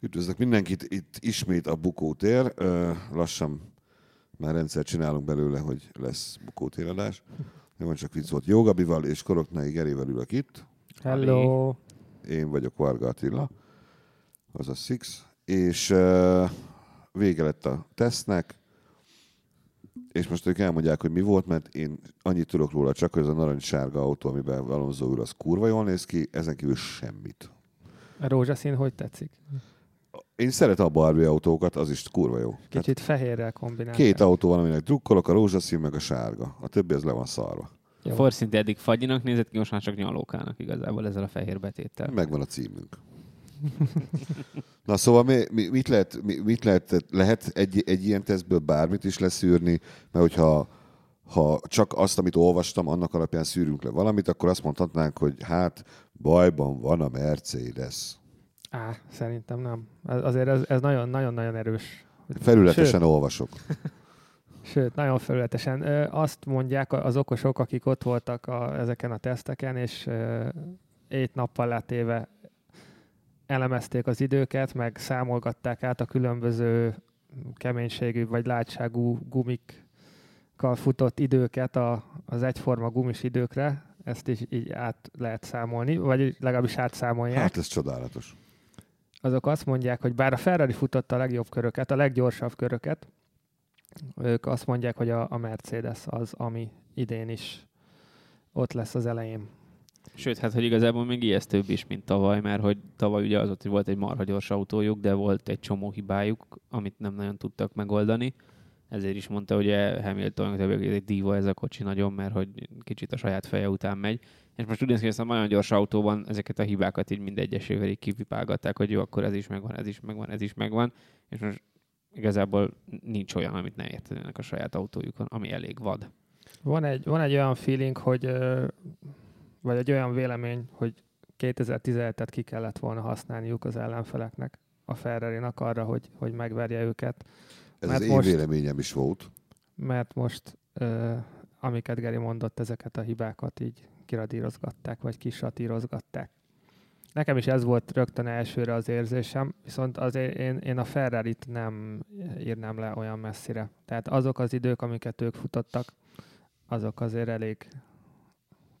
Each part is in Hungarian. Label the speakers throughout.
Speaker 1: Üdvözlök mindenkit, itt ismét a Bukótér. Ö, Lassan már rendszer csinálunk belőle, hogy lesz Bukótéradás. Nem csak vicc volt Jógabival és Koroknai Gerével ülök itt.
Speaker 2: Hello!
Speaker 1: Én vagyok Varga Attila, az a Six, és ö, vége lett a tesztnek, és most ők elmondják, hogy mi volt, mert én annyit tudok róla, csak hogy az a narancssárga autó, amiben Alonso ül, az kurva jól néz ki, ezen kívül semmit.
Speaker 2: A rózsaszín hogy tetszik?
Speaker 1: Én szeretem a Barbie autókat, az is kurva jó. Tehát
Speaker 2: Kicsit fehérrel kombinál.
Speaker 1: Két autó van, aminek drukkolok, a rózsaszín meg a sárga. A többi az le van szarva.
Speaker 2: Jó.
Speaker 3: Forszint eddig fagyinak nézett ki, most már csak nyalókának igazából ezzel a fehér betéttel.
Speaker 1: Megvan a címünk. Na szóval mi, mi, mit lehet, mi, mit lehet, lehet egy, egy ilyen tesztből bármit is leszűrni, mert hogyha ha csak azt, amit olvastam, annak alapján szűrünk le valamit, akkor azt mondhatnánk, hogy hát bajban van a Mercedes.
Speaker 2: Á, szerintem nem. Ez- Azért ez, ez nagyon, nagyon-nagyon erős.
Speaker 1: Felületesen olvasok.
Speaker 2: Sőt, nagyon felületesen. Ö, Azt mondják az okosok, akik ott voltak a, ezeken a teszteken, és egy nappal letéve elemezték az időket, meg számolgatták át a különböző keménységű vagy látságú gumikkal futott időket a, az egyforma gumis időkre. Ezt is így át lehet számolni, vagy legalábbis átszámolják
Speaker 1: Hát ez csodálatos.
Speaker 2: azok azt mondják, hogy bár a Ferrari futotta a legjobb köröket, a leggyorsabb köröket, ők azt mondják, hogy a, a Mercedes az, ami idén is ott lesz az elején.
Speaker 3: Sőt, hát hogy igazából még ijesztőbb is, mint tavaly, mert hogy tavaly ugye az ott, hogy volt egy marha gyors autójuk, de volt egy csomó hibájuk, amit nem nagyon tudtak megoldani. Ezért is mondta ugye Hamilton, hogy ez egy díva ez a kocsi nagyon, mert hogy kicsit a saját feje után megy. És most úgy néz ki, hogy ezt a nagyon gyors autóban ezeket a hibákat így mindegyesével így kipipálgatták, hogy jó, akkor ez is megvan, ez is megvan, ez is megvan. És most igazából nincs olyan, amit ne értenének a saját autójukon, ami elég vad.
Speaker 2: Van egy, van egy olyan feeling, hogy ö, vagy egy olyan vélemény, hogy 2017-et ki kellett volna használniuk az ellenfeleknek, a ferrari arra, hogy, hogy megverje őket,
Speaker 1: Ez
Speaker 2: Mert
Speaker 1: az
Speaker 2: most-
Speaker 1: én véleményem is volt.
Speaker 2: mert most ö, amiket Geri mondott, ezeket a hibákat így kiradírozgatták, vagy kisatírozgatták. Nekem is ez volt rögtön elsőre az érzésem, viszont azért én, én a ferrari nem írnám le olyan messzire. Tehát azok az idők, amiket ők futottak, azok azért elég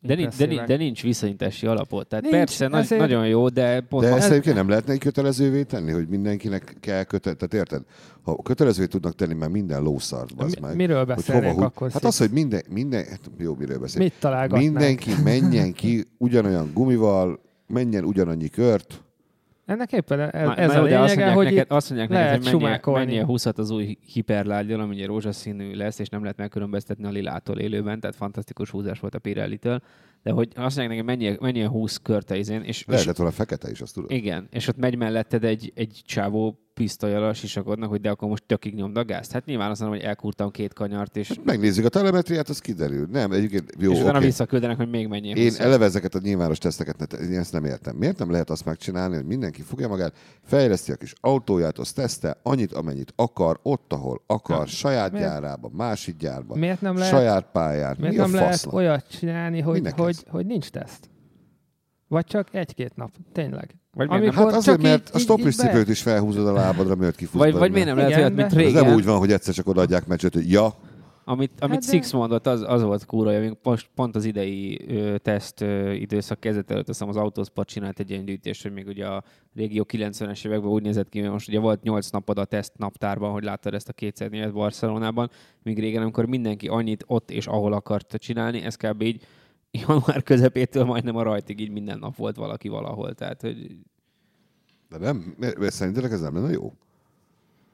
Speaker 3: De, nincs, de, nincs,
Speaker 2: impresszívek.
Speaker 3: de nincs viszonyítási alapot. Tehát
Speaker 2: Nincs,
Speaker 3: nincs, persze, nagy,
Speaker 2: ezért-
Speaker 3: nagyon jó, de pont
Speaker 1: De
Speaker 3: de
Speaker 1: ezt
Speaker 3: ez...
Speaker 1: egyébként nem lehetne egy kötelezővé tenni, hogy mindenkinek kell köte... Tehát érted? Ha kötelezővé tudnak tenni, mert minden lószart, bazd
Speaker 2: Mi,
Speaker 1: meg.
Speaker 2: miről
Speaker 1: Hogy hova,
Speaker 2: beszélnénk
Speaker 1: hogy...
Speaker 2: akkor?
Speaker 1: Hát
Speaker 2: Szik?
Speaker 1: az, hogy minden... minden... hát Jó, miről beszélünk.
Speaker 2: Mit találgatnánk?
Speaker 1: Mindenki menjen ki ugyanolyan gumival, menjen ugyanannyi kört.
Speaker 2: Ennek éppen ez,
Speaker 3: Na,
Speaker 2: ez
Speaker 3: na
Speaker 2: a
Speaker 3: jó, de azt
Speaker 2: lényege,
Speaker 3: mondják,
Speaker 2: hogy
Speaker 3: neked,
Speaker 2: itt
Speaker 3: azt mondják neked,
Speaker 2: lehet
Speaker 3: hogy mennyi,
Speaker 2: sumákolni.
Speaker 3: mennyi a 20 az új hiperlágyal, ami ugye rózsaszínű lesz, és nem lehet megkülönböztetni a lilától élőben, tehát fantasztikus húzás volt a Pirelli-től, de hogy azt mondják neked, mennyi, mennyi a 20 körte izén, és, és
Speaker 1: Lehetett volna fekete is, azt tudod.
Speaker 3: igen, és ott megy melletted egy, egy csávó pisztolyal a sisakodnak, hogy de akkor most tökig nyomd a gázt. Hát nyilván azt mondom, hogy elkúrtam két kanyart, és,
Speaker 1: Megnézzük a telemetriát, az kiderül. Nem, egyébként jó,
Speaker 3: és utána
Speaker 1: oké.
Speaker 3: visszaküldenek, hogy még mennyi.
Speaker 1: Én eleve ezeket a nyilvános teszteket, ne- én ezt nem értem. Miért nem lehet azt megcsinálni, hogy mindenki fogja magát, fejleszti a kis autóját, azt tesztel annyit, amennyit akar, ott, ahol akar, saját
Speaker 2: Miért?
Speaker 1: gyárában, másik gyárban,
Speaker 2: miért nem lehet,
Speaker 1: saját pályán.
Speaker 2: miért
Speaker 1: Mi a
Speaker 2: nem lehet
Speaker 1: fasznak?
Speaker 2: olyat csinálni, hogy,
Speaker 1: Minek
Speaker 2: hogy,
Speaker 1: ez?
Speaker 2: hogy nincs teszt? Vagy csak egy-két nap, tényleg.
Speaker 3: Vagy miért
Speaker 2: Amikor
Speaker 3: nem-
Speaker 1: Hát azért,
Speaker 2: csak
Speaker 1: mert
Speaker 2: így-
Speaker 1: a
Speaker 2: így-
Speaker 1: stopplis
Speaker 2: így be-
Speaker 1: cipőt is felhúzod a lábadra, miért kifutsz
Speaker 3: Vagy,
Speaker 1: belőle.
Speaker 3: vagy miért nem lehet
Speaker 2: Igen,
Speaker 3: olyat, mint
Speaker 2: de-
Speaker 1: Ez
Speaker 3: régen?
Speaker 1: nem úgy van, hogy egyszer csak odaadják meccset, hogy ja,
Speaker 3: Amit, amit
Speaker 2: Hát
Speaker 3: hát
Speaker 2: de-
Speaker 3: Six mondott, az, az volt kúra, amink most pont az idei ö, teszt ö, időszak kezdet előtt, azt hiszem az autószport csinált egy ilyen gyűjtést, hogy még ugye a régió 90-es években úgy nézett ki, hogy most ugye volt 8 napod a teszt naptárban, hogy láttad ezt a 200 évet Barcelonában, míg régen, amikor mindenki annyit ott és ahol akart csinálni, ez kb. így január közepétől majdnem a rajtig így minden nap volt valaki valahol, tehát hogy
Speaker 1: de nem, mert szerintetek ez nem lenne jó?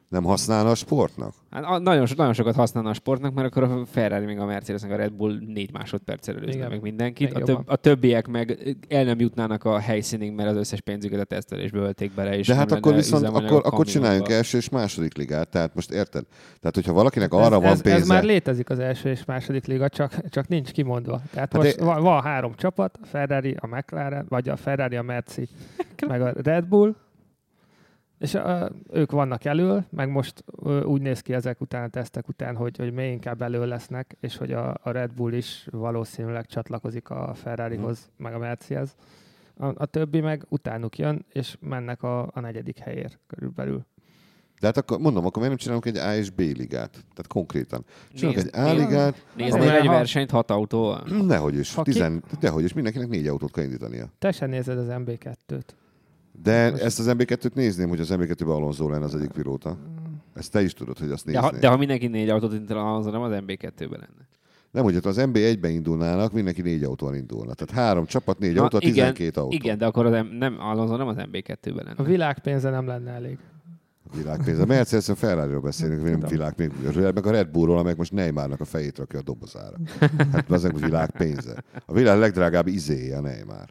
Speaker 1: Nem használna a sportnak?
Speaker 3: hát a- nagyon, so- nagyon sokat használna a sportnak, mert akkor a Ferrari még a Mercedesnek a Red Bull négy másodperccel előzne
Speaker 2: Igen.
Speaker 3: meg mindenkit.
Speaker 2: Még
Speaker 3: A, töb-
Speaker 2: jobban.
Speaker 3: a, többiek meg el nem jutnának a helyszínig, mert az összes pénzüket a tesztelésbe ölték bele. És
Speaker 1: De hát
Speaker 3: nem
Speaker 1: akkor
Speaker 3: lenne
Speaker 1: viszont
Speaker 3: üzemanyag
Speaker 1: akkor, akkor
Speaker 3: kamionba.
Speaker 1: csináljunk első és második ligát, tehát most érted? Tehát, hogyha valakinek arra
Speaker 2: ez,
Speaker 1: van
Speaker 2: ez,
Speaker 1: pénze,
Speaker 2: ez már létezik az első és második liga, csak, csak nincs kimondva.
Speaker 1: Hát
Speaker 2: Tehát hát most
Speaker 1: de-
Speaker 2: van, van három csapat, a Ferrari, a McLaren, vagy a Ferrari, a Merci, meg a Red Bull, és a, ők vannak elől, meg most ö, úgy néz ki ezek után, a tesztek után, hogy, hogy még inkább elő lesznek, és
Speaker 1: Mhm.
Speaker 2: hogy a, a Red Bull is valószínűleg csatlakozik a Ferrarihoz, meg a Mercihez. a, a többi meg utánuk jön, és mennek a, a negyedik helyért körülbelül.
Speaker 1: De hát akkor mondom, akkor miért nem csinálunk egy A és B ligát? Tehát konkrétan. Csinálunk
Speaker 3: Nézd,
Speaker 1: egy A ligát,
Speaker 3: Nézd
Speaker 2: Azért,
Speaker 3: meg
Speaker 2: mert
Speaker 3: egy
Speaker 2: ha-
Speaker 3: versenyt hat autóval.
Speaker 1: nehogy is,
Speaker 2: Ha ki-
Speaker 1: tizen, dehogy is, mindenkinek négy autót kell indítania.
Speaker 2: Te se nézed az MB2-t.
Speaker 1: De
Speaker 2: Most-
Speaker 1: ezt az MB2-t nézném, hogy az MB2-ben Alonso lenne az egyik pilóta. Ezt te is tudod, hogy azt
Speaker 3: De ha,
Speaker 1: néznéd.
Speaker 3: de ha mindenki négy autót indítana, az nem az MB2-ben lenne.
Speaker 1: Nem, hogy ott az MB1-ben indulnának, mindenki négy autóval indulna. Tehát három csapat, négy
Speaker 3: Na,
Speaker 1: autó,
Speaker 3: igen,
Speaker 1: 12 autó.
Speaker 3: Igen, de akkor az em- nem, Alonso nem az MB2-ben lenne.
Speaker 2: A világ pénze nem lenne elég.
Speaker 1: Világpénz. A Mercedes a Ferrari-ról beszélünk, nem
Speaker 2: Tudom.
Speaker 1: világ, még, meg a Red Bullról, meg most Neymarnak a fejét rakja a dobozára. Hát az meg világpénze. A világ legdrágább izéje a Neymar.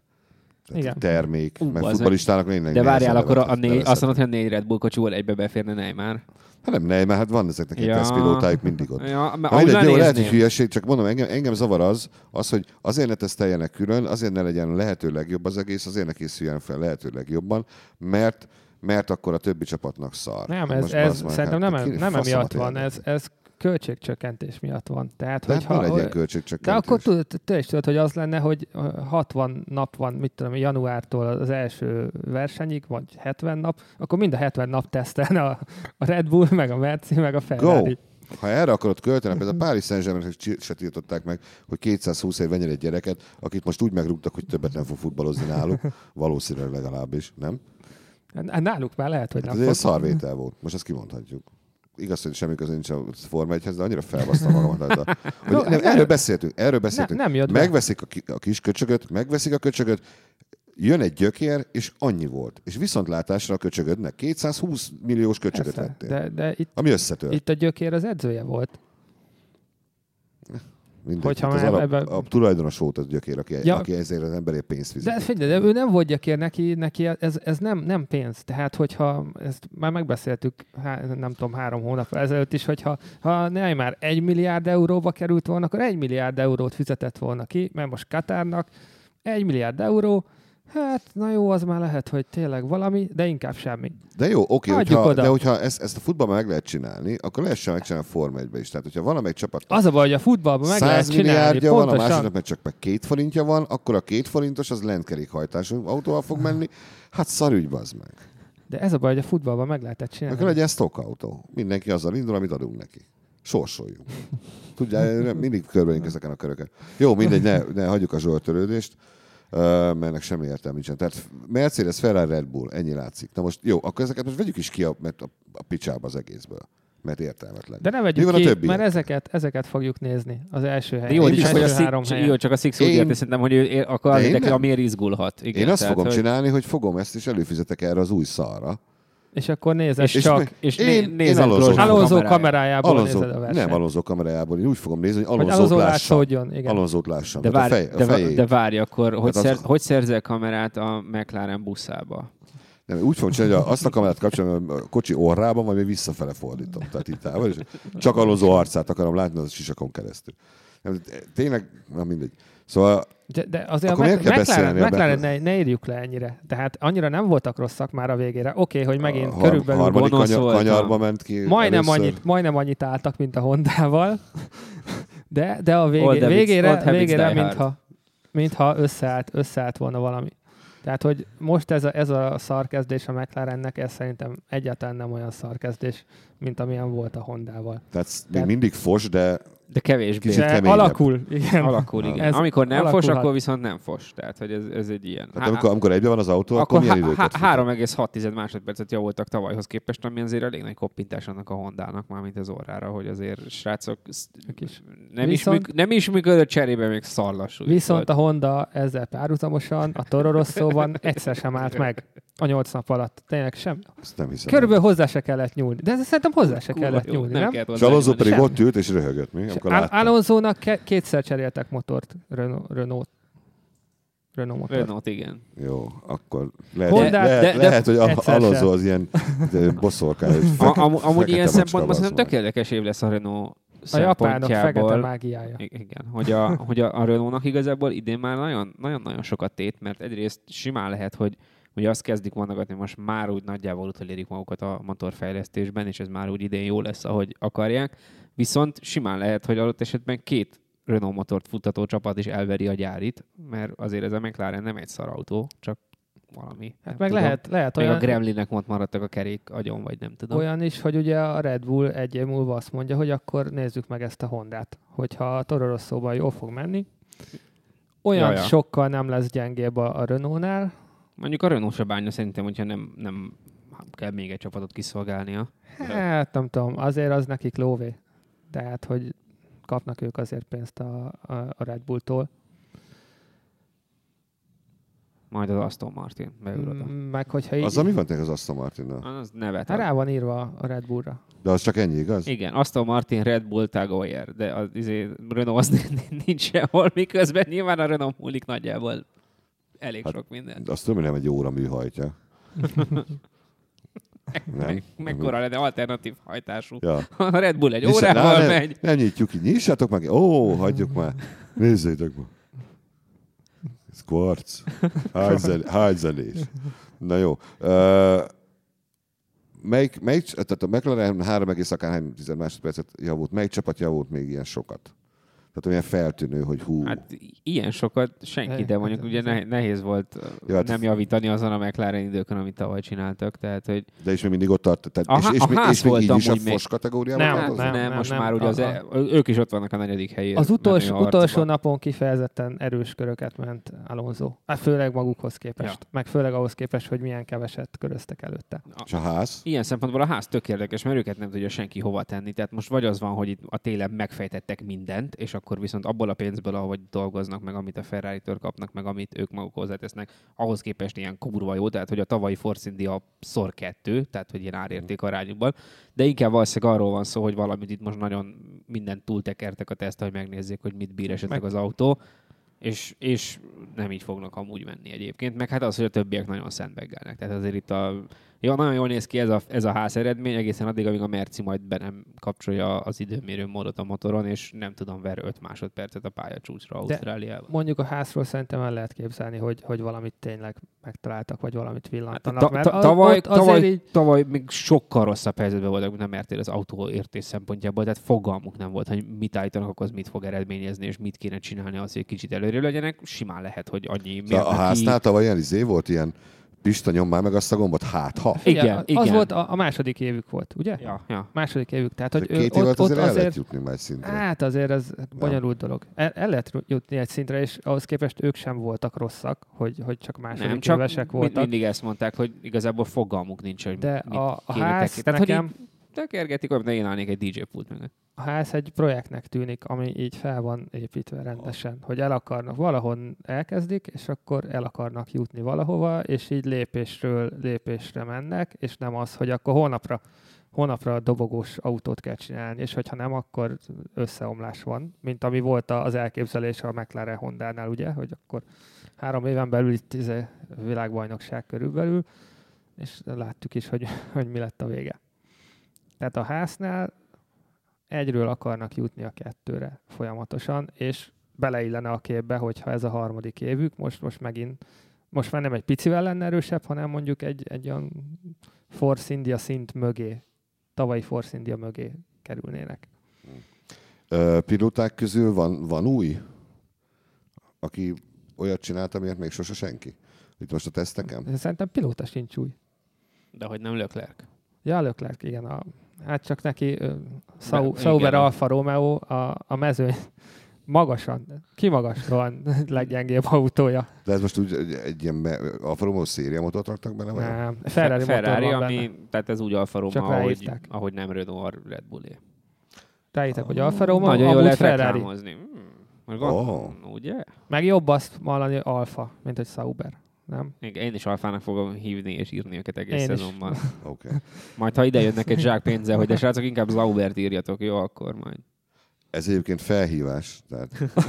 Speaker 1: Tehát
Speaker 2: Igen.
Speaker 1: termék,
Speaker 3: Ú,
Speaker 1: meg
Speaker 3: az-
Speaker 1: futbalistának minden.
Speaker 3: De várjál, akkor a, a négy, azt mondod, hogy a négy Red Bull kocsiból egybe beférne Neymar.
Speaker 1: Hát nem Neymar, hát van ezeknek egy
Speaker 3: Ja.
Speaker 1: tesztpilótájuk mindig ott.
Speaker 3: Ja, mert
Speaker 1: Na,
Speaker 3: ahogy
Speaker 1: mindegy, jó, lehet, hogy
Speaker 3: lenézném.
Speaker 1: hülyeség, csak mondom, engem, engem zavar az, az, hogy azért ne teszteljenek külön, azért ne legyen a lehető legjobb az egész, azért ne készüljen fel lehető legjobban, mert mert akkor a többi csapatnak szar.
Speaker 2: Nem,
Speaker 1: Hát
Speaker 2: ez,
Speaker 1: most
Speaker 2: ez
Speaker 1: bazd meg,
Speaker 2: szerintem
Speaker 1: hát
Speaker 2: nem,
Speaker 1: ki-
Speaker 2: nem
Speaker 1: faszomat
Speaker 2: emiatt van,
Speaker 1: érdekel.
Speaker 2: ez, ez költségcsökkentés miatt van. Tehát,
Speaker 1: De hát ne
Speaker 2: hogyha,
Speaker 1: legyen
Speaker 2: de
Speaker 1: költségcsökkentés.
Speaker 2: akkor tudod, te is tudod, hogy az lenne, hogy ö, 60 nap van, mit tudom, én, januártól az első versenyig, vagy 70 nap, akkor mind a 70 nap tesztelne a, a Red Bull, meg a Merci, meg a
Speaker 1: Go!
Speaker 2: Ferrari.
Speaker 1: Ha erre akarod költeni, például a Párizs saint germain se tiltották meg, hogy 220 év egy gyereket, akit most úgy megrúgtak, hogy többet nem fog futballozni náluk, valószínűleg legalábbis, nem?
Speaker 2: Hát Náluk már lehet, hogy nem
Speaker 1: Ez egy
Speaker 2: fog.
Speaker 1: szarvétel volt, most ezt kimondhatjuk. Igaz, hogy semmi köze nincs a Forma 1 de annyira felbasztam magamat. rajta. Hogy
Speaker 2: No,
Speaker 1: nem,
Speaker 2: nem-
Speaker 1: erről beszéltünk, erről beszéltünk.
Speaker 2: nem jött be.
Speaker 1: Megveszik a, ki, a kis köcsögöt, megveszik a köcsögöt, jön egy gyökér, és annyi volt. És viszontlátásra a köcsögödnek 220 milliós köcsögöt
Speaker 2: Persze,
Speaker 1: vettél.
Speaker 2: De, de itt,
Speaker 1: Ami összetört.
Speaker 2: itt a gyökér az edzője volt.
Speaker 1: Mindegy,
Speaker 2: Hogyha
Speaker 1: hát az
Speaker 2: már
Speaker 1: alap,
Speaker 2: ebben-
Speaker 1: a tulajdonos volt az gyökér, aki, ja.
Speaker 2: Ja.
Speaker 1: aki ezért az emberért pénzt fizet.
Speaker 2: De figyelj, de ő nem volt gyökér, neki, neki ez, ez nem, nem pénz. Tehát, hogyha ezt már megbeszéltük, há, nem tudom, három hónap ezelőtt is, hogyha ha Neymar egy milliárd euróba került volna, akkor egy milliárd eurót fizetett volna ki, mert most Katárnak egy milliárd euró, Hát, na jó, az már lehet, hogy tényleg valami, de inkább semmi.
Speaker 1: De jó, oké,
Speaker 2: Hagyjuk
Speaker 1: hogyha,
Speaker 2: oda.
Speaker 1: de hogyha ezt, ezt a futballban meg lehet csinálni, akkor lehessen megcsinálni a Forma 1 is. Tehát, hogyha valamelyik csapat
Speaker 2: Az a baj, hogy a futballban meg lehet
Speaker 1: 100
Speaker 2: csinálni,
Speaker 1: milliárdja van, a
Speaker 2: pontosan.
Speaker 1: másiknak meg csak meg két forintja van, akkor a két forintos az lentkerékhajtású autóval fog menni. Hát szarügy, bazd meg.
Speaker 2: De ez a baj, hogy a futballban meg lehetett
Speaker 1: Akkor
Speaker 2: csinálni.
Speaker 1: legyen stock autó. Mindenki azzal indul, amit adunk neki. Sorsoljunk. Tudjál, nem- mindig körbeünk ezeken a köröken. Jó, mindegy, ne, ne hagyjuk a zsoltörődést, ö, mert ennek semmi értelme nincsen. Tehát Mercedes, Ferrari, Red Bull, ennyi látszik. Na most jó, akkor ezeket most vegyük is ki a, mert a, a picsába az egészből, mert értelmetlen.
Speaker 2: De ne
Speaker 1: Mi
Speaker 2: vegyük
Speaker 1: van a
Speaker 2: ki,
Speaker 1: többiek?
Speaker 2: mert ezeket, ezeket fogjuk nézni az első helyen.
Speaker 3: De jó,
Speaker 1: Én
Speaker 2: és
Speaker 1: biztos-
Speaker 3: csak, hogy a
Speaker 2: első
Speaker 3: szik,
Speaker 2: három helyen.
Speaker 3: jó, csak a Six
Speaker 1: Én-
Speaker 3: úgy ért, és szerintem, hogy ő ér, akkor az
Speaker 1: De én
Speaker 3: érdekli,
Speaker 1: nem.
Speaker 3: amiért izgulhat. Igen,
Speaker 1: Én azt
Speaker 3: tehát,
Speaker 1: fogom
Speaker 3: hogy-
Speaker 1: csinálni, hogy fogom ezt, és előfizetek erre az új szarra.
Speaker 2: És akkor nézed
Speaker 3: És,
Speaker 2: és
Speaker 1: csak-
Speaker 2: csak.
Speaker 1: mi-
Speaker 3: és
Speaker 1: én-
Speaker 3: né,
Speaker 1: én
Speaker 3: nézed
Speaker 1: Alonso
Speaker 3: Grosjean
Speaker 1: fogom.
Speaker 2: Alonso
Speaker 3: kameráját.
Speaker 2: kamerájából nézed a versenyt.
Speaker 1: nem Alonso kamerájából, én úgy fogom nézni, hogy
Speaker 2: Vagy
Speaker 1: Alonso
Speaker 2: Alonso
Speaker 1: lássam.
Speaker 2: látszódjon, igen.
Speaker 1: Alonso lássam.
Speaker 3: De
Speaker 1: Tehát
Speaker 3: várj,
Speaker 1: a, fej,
Speaker 3: de,
Speaker 1: a
Speaker 3: vá-
Speaker 1: fejét. Hát
Speaker 3: de várj akkor, hogy,
Speaker 1: az-
Speaker 3: szer, hogy szerzel kamerát a McLaren buszába?
Speaker 1: Nem, úgy fogom csinálni, hogy azt a kamerát kapcsolom a kocsi orrában, majd még visszafele fordítom. Tehát itt távol, és csak Alonso arcát akarom látni az sisakon keresztül. Nem, tényleg, na mindegy. Szóval
Speaker 2: De, de azért
Speaker 1: Akkor
Speaker 2: a
Speaker 1: miért kell
Speaker 2: Mac- McLaren,
Speaker 1: beszélni a
Speaker 2: McLaren ne, ne írjuk le ennyire. Tehát annyira nem voltak rosszak már a végére. Oké, hogy megint
Speaker 1: a
Speaker 2: körülbelül
Speaker 1: harmadik
Speaker 3: gonosz
Speaker 1: kanyar,
Speaker 3: voltam.
Speaker 1: kanyarba ment ki.
Speaker 2: majdnem,
Speaker 1: először.
Speaker 2: annyit, majdnem annyit álltak, mint a Hondával, de, de a
Speaker 3: Old
Speaker 2: végé,
Speaker 3: habits-
Speaker 2: végére,
Speaker 3: old habits
Speaker 2: végére
Speaker 3: die hard.
Speaker 2: mintha, mintha összeállt, összeállt volna valami. Tehát, hogy most ez a, ez a szarkezdés a McLarennek, ez szerintem egyáltalán nem olyan szarkezdés, mint amilyen volt a Hondával.
Speaker 1: Tehát még
Speaker 2: Tehát-
Speaker 1: mindig fos, de hát
Speaker 3: De kevésbé.
Speaker 1: Kicsit
Speaker 2: De
Speaker 1: keményebb.
Speaker 2: alakul, igen.
Speaker 3: Alakul, igen.
Speaker 2: Ez
Speaker 3: amikor nem fos,
Speaker 2: alakulhat.
Speaker 3: akkor viszont nem fos. Tehát, hogy ez, ez egy ilyen.
Speaker 1: hát amikor, amikor egyben van az autó, akkor,
Speaker 3: akkor
Speaker 1: milyen
Speaker 3: há-
Speaker 1: időket
Speaker 3: há-
Speaker 1: fut?
Speaker 3: 3,6 másodpercet javultak tavalyhoz képest, ami azért elég nagy koppintás annak a Hondának, mármint az orrára, hogy azért srácok sz-
Speaker 2: Kis.
Speaker 3: nem,
Speaker 2: Viszont-
Speaker 3: is, műk- nem is működött cserébe, még szarlassú. is
Speaker 2: Viszont
Speaker 3: volt.
Speaker 2: a Honda ezzel párhuzamosan a Toro Rosso-ban egyszer sem állt meg a nyolc nap alatt. Tényleg sem.
Speaker 1: Ezt nem hiszem.
Speaker 2: Körülbelül hozzá se kellett nyúlni. De ez szerintem hozzá se
Speaker 3: Kurva
Speaker 2: kellett
Speaker 3: jó,
Speaker 2: nyúlni, nem?
Speaker 3: kellett
Speaker 1: És
Speaker 3: hozzá
Speaker 1: Alonso
Speaker 3: nyúlni.
Speaker 1: pedig
Speaker 2: Sem.
Speaker 1: ott ült és röhögött mi,
Speaker 2: És
Speaker 1: amikor
Speaker 2: Al-
Speaker 1: láttam.
Speaker 2: Alonso-nak ke- kétszer cseréltek motort, Renault, Renault, Renault motort.
Speaker 3: Renault, igen.
Speaker 1: Jó, akkor lehet,
Speaker 2: Honda-
Speaker 1: lehet,
Speaker 3: de- de-
Speaker 1: lehet hogy Al-
Speaker 2: egyszer
Speaker 1: Alonso
Speaker 2: sem.
Speaker 1: az ilyen de boszorkány. és
Speaker 3: A,
Speaker 1: feke-
Speaker 3: am, amúgy
Speaker 1: fekete
Speaker 3: ilyen
Speaker 1: macska szóval.
Speaker 3: szempontból
Speaker 1: bazd
Speaker 3: szerintem
Speaker 1: meg.
Speaker 3: tök érdekes év lesz a Renault
Speaker 2: A japánok fekete
Speaker 3: szempontjából.
Speaker 2: mágiája.
Speaker 3: I- Igen, hogy a, hogy a, a Renault-nak igazából idén már nagyon- nagyon-nagyon sokat tét, mert egyrészt simán lehet, hogy hogy azt kezdik mondogatni, most már úgy nagyjából utolérik magukat a motorfejlesztésben, és ez már úgy idén jó lesz, ahogy akarják. Viszont simán lehet, hogy adott esetben két Renault motort futtató csapat is elveri a gyárit, mert azért ez a McLaren nem egy szarautó, csak valami.
Speaker 2: Hát
Speaker 3: nem
Speaker 2: meg
Speaker 3: tudom.
Speaker 2: lehet, lehet
Speaker 3: Még
Speaker 2: olyan,
Speaker 3: a Gremlinek ott maradtak a kerék agyon, vagy nem tudom.
Speaker 2: olyan is, hogy ugye a Red Bull egy év múlva azt mondja, hogy akkor nézzük meg ezt a Hondát. Hogyha a Toro Rosszóban jól fog menni, olyan
Speaker 3: Jaja.
Speaker 2: sokkal nem lesz gyengébb a, a Renault-nál.
Speaker 3: Mondjuk a Renault se bánja szerintem, hogyha nem, nem kell még egy csapatot kiszolgálnia.
Speaker 2: Hát nem tudom, azért az nekik lóvé. Tehát, hogy kapnak ők azért pénzt a, a, a Red Bulltól.
Speaker 3: Majd az Aston Martin beül oda.
Speaker 2: M- Meg hogyha így...
Speaker 1: Azzal mi van tényleg az Aston Martinnal?
Speaker 3: Az nevet.
Speaker 2: Mm. Hát rá van írva a Red Bullra.
Speaker 1: De az csak ennyi, igaz?
Speaker 3: Igen, Aston Martin, Red Bull, Tag Heuer, de az izé, Renault az nin- nin- nincs sehol, miközben nyilván a Renault múlik nagyjából elég
Speaker 1: Hát,
Speaker 3: sok minden.
Speaker 1: Azt remélem egy óra műhajtja. nem.
Speaker 3: Meg, mekkora lenne alternatív hajtású.
Speaker 1: Ja.
Speaker 3: A Red Bull egy
Speaker 1: Nyissa-
Speaker 3: órával
Speaker 1: nem,
Speaker 3: megy.
Speaker 1: Nem nyitjuk ki, nyissátok meg. Ó, hagyjuk már. Nézzétek már. Ez kvarc. Hány, zel, hány zelés. Na jó. Ö, melyik, melyik, cs- tehát a McLaren 3, akárhány tized másodpercet javult. Melyik csapat javult még ilyen sokat? Tehát olyan feltűnő, hogy hú.
Speaker 3: Hát i- ilyen sokat senki,
Speaker 2: Ne,
Speaker 3: de mondjuk
Speaker 2: hát-
Speaker 3: ugye ne- nehéz volt
Speaker 1: Jó,
Speaker 3: ja,
Speaker 1: hát-
Speaker 3: nem javítani azon a McLaren időkön, amit tavaly csináltak, tehát hogy
Speaker 1: de is még mindig ott tart. Tehát,
Speaker 3: A há-
Speaker 1: és, és,
Speaker 3: a
Speaker 1: mi-
Speaker 3: ház
Speaker 1: és még
Speaker 3: volt
Speaker 1: így is a
Speaker 3: amúgy még.
Speaker 1: fos kategóriában
Speaker 2: Nem,
Speaker 1: tartoznak?
Speaker 3: hát nem, nem,
Speaker 2: nem,
Speaker 3: most
Speaker 2: nem.
Speaker 3: már ugye az, e-
Speaker 2: Aha.
Speaker 3: ők is ott vannak a negyedik helyén.
Speaker 2: Az utolsó,
Speaker 3: menő harcban.
Speaker 2: utolsó napon kifejezetten erős köröket ment Alonso. Hát főleg magukhoz képest. Ja. Meg főleg ahhoz képest, hogy milyen keveset köröztek előtte.
Speaker 1: És a ház?
Speaker 3: Ilyen szempontból a ház tök érdekes, mert őket nem tudja senki hova tenni. Tehát most vagy az van, hogy itt a télen megfejtettek mindent, és akkor viszont abból a pénzből, ahogy dolgoznak, meg amit a ferrari től kapnak, meg amit ők maguk hozzátesznek, ahhoz képest ilyen kurva jó, tehát hogy a tavalyi Force India szor kettő, tehát hogy ilyen árérték arányukban. De inkább valószínűleg arról van szó, hogy valamit itt most nagyon mindent túltekertek a teszt, hogy megnézzék, hogy mit bír esetleg az autó. És, és nem így fognak amúgy menni egyébként, meg hát az, hogy a többiek nagyon szentbeggelnek. Tehát azért itt a... Jó, nagyon jól néz ki ez a, ez a ház eredmény, egészen addig, amíg a Merci majd be nem kapcsolja az időmérő módot a motoron, és nem tudom, ver 5 másodpercet a pályacsúcsra Ausztráliában.
Speaker 2: Mondjuk a házról szerintem el lehet képzelni, hogy, hogy valamit tényleg megtaláltak, vagy valamit villantanak.
Speaker 3: Hát Ta-
Speaker 2: mert
Speaker 3: ta-
Speaker 2: az-
Speaker 3: Tavaly,
Speaker 2: ott azért
Speaker 3: tavaly,
Speaker 2: így,
Speaker 3: tavaly még sokkal rosszabb helyzetben voltak, mint a Mertél az autó értés szempontjából, tehát fogalmuk nem volt, hogy mit állítanak, akkor az mit fog eredményezni, és mit kéne csinálni az, hogy kicsit előrébb legyenek. Simán lehet, hogy annyi
Speaker 1: Szóval a
Speaker 3: mérnöki-
Speaker 1: háznál tavaly ilyen izé volt, ilyen Pista nyom már meg azt a gombot, hát ha.
Speaker 2: figyelj,
Speaker 3: Igen,
Speaker 2: az
Speaker 3: igen.
Speaker 2: volt a, a második évük volt, ugye?
Speaker 3: Ja, ja.
Speaker 2: Második évük, tehát
Speaker 1: Hogy
Speaker 2: hogy ő,
Speaker 1: két év
Speaker 2: ott,
Speaker 1: alatt
Speaker 2: ott
Speaker 1: azért el
Speaker 2: azért
Speaker 1: lehet jutni már szintre.
Speaker 2: Hát azért ez bonyolult dolog. El, el lehet ru- jutni egy szintre, és ahhoz képest ők sem voltak rosszak, hogy, hogy csak második
Speaker 3: Nem,
Speaker 2: nem,
Speaker 3: csak
Speaker 2: évesek
Speaker 3: mind-
Speaker 2: voltak.
Speaker 3: mindig ezt mondták, hogy igazából fogalmuk nincs, hogy
Speaker 2: de
Speaker 3: mit
Speaker 2: a, a
Speaker 3: kéne
Speaker 2: ház
Speaker 3: tekinteni. Tehát,
Speaker 2: nekem,
Speaker 3: hogy így tekergetik, olyan, de én állnék egy DJ pult mögött.
Speaker 2: a ház egy projektnek tűnik, ami így fel van építve rendesen, hogy el akarnak, valahon elkezdik, és akkor el akarnak jutni valahova, és így lépésről lépésre mennek, és nem az, hogy akkor holnapra hónapra dobogós autót kell csinálni, és hogyha nem, akkor összeomlás van, mint ami volt az elképzelés a McLaren Honda-nál, ugye, hogy akkor három éven belül itt izé, világbajnokság körülbelül, és láttuk is, hogy, hogy mi lett a vége. Tehát a háznál egyről akarnak jutni a kettőre folyamatosan, és beleillene a képbe, hogyha ez a harmadik évük, most, most megint, most már nem egy picivel lenne erősebb, hanem mondjuk egy, egy olyan Force India szint mögé, tavalyi Force India mögé kerülnének.
Speaker 1: Ö, Pilóták közül van, van új, aki olyat csinált, amiért még sose senki. Itt most a tesztekem.
Speaker 2: Szerintem pilóta sincs új.
Speaker 3: De hogy nem Leclerc.
Speaker 2: Ja, Leclerc, igen. A, hát csak neki ö, Sau,
Speaker 3: Be-
Speaker 2: Sauber
Speaker 3: igen.
Speaker 2: Alfa Romeo a, a mezőny magasan, kimagasan leggyengébb autója.
Speaker 1: De ez most úgy egy, egy ilyen me, Alfa Romeo széria motort raktak bele? Vagy?
Speaker 2: Nem, Ferrari,
Speaker 3: Ferrari
Speaker 2: motor van
Speaker 3: ami,
Speaker 2: benne.
Speaker 3: tehát ez úgy Alfa
Speaker 2: Csak
Speaker 3: Romeo, ahogy,
Speaker 2: ráírták.
Speaker 3: ahogy nem Renault a Red Bullé.
Speaker 2: Rájöttek, hogy Alfa Romeo,
Speaker 3: Nagyon jól
Speaker 2: amúgy
Speaker 3: lehet
Speaker 2: Ferrari.
Speaker 3: reklámozni. Hmm, most gondolom,
Speaker 1: Oh.
Speaker 3: Ugye?
Speaker 2: Meg jobb azt hallani, hogy Alfa, mint hogy Sauber. Nem?
Speaker 3: Igen, Én is Alfának fogom hívni és írni őket egész
Speaker 2: Én is.
Speaker 3: szezonban.
Speaker 1: Oké.
Speaker 3: Majd ha ide jönnek egy zsák pénzzel, hogy de srácok, inkább Zaubert írjatok, jó, akkor majd.
Speaker 1: Ez egyébként felhívás. Tehát,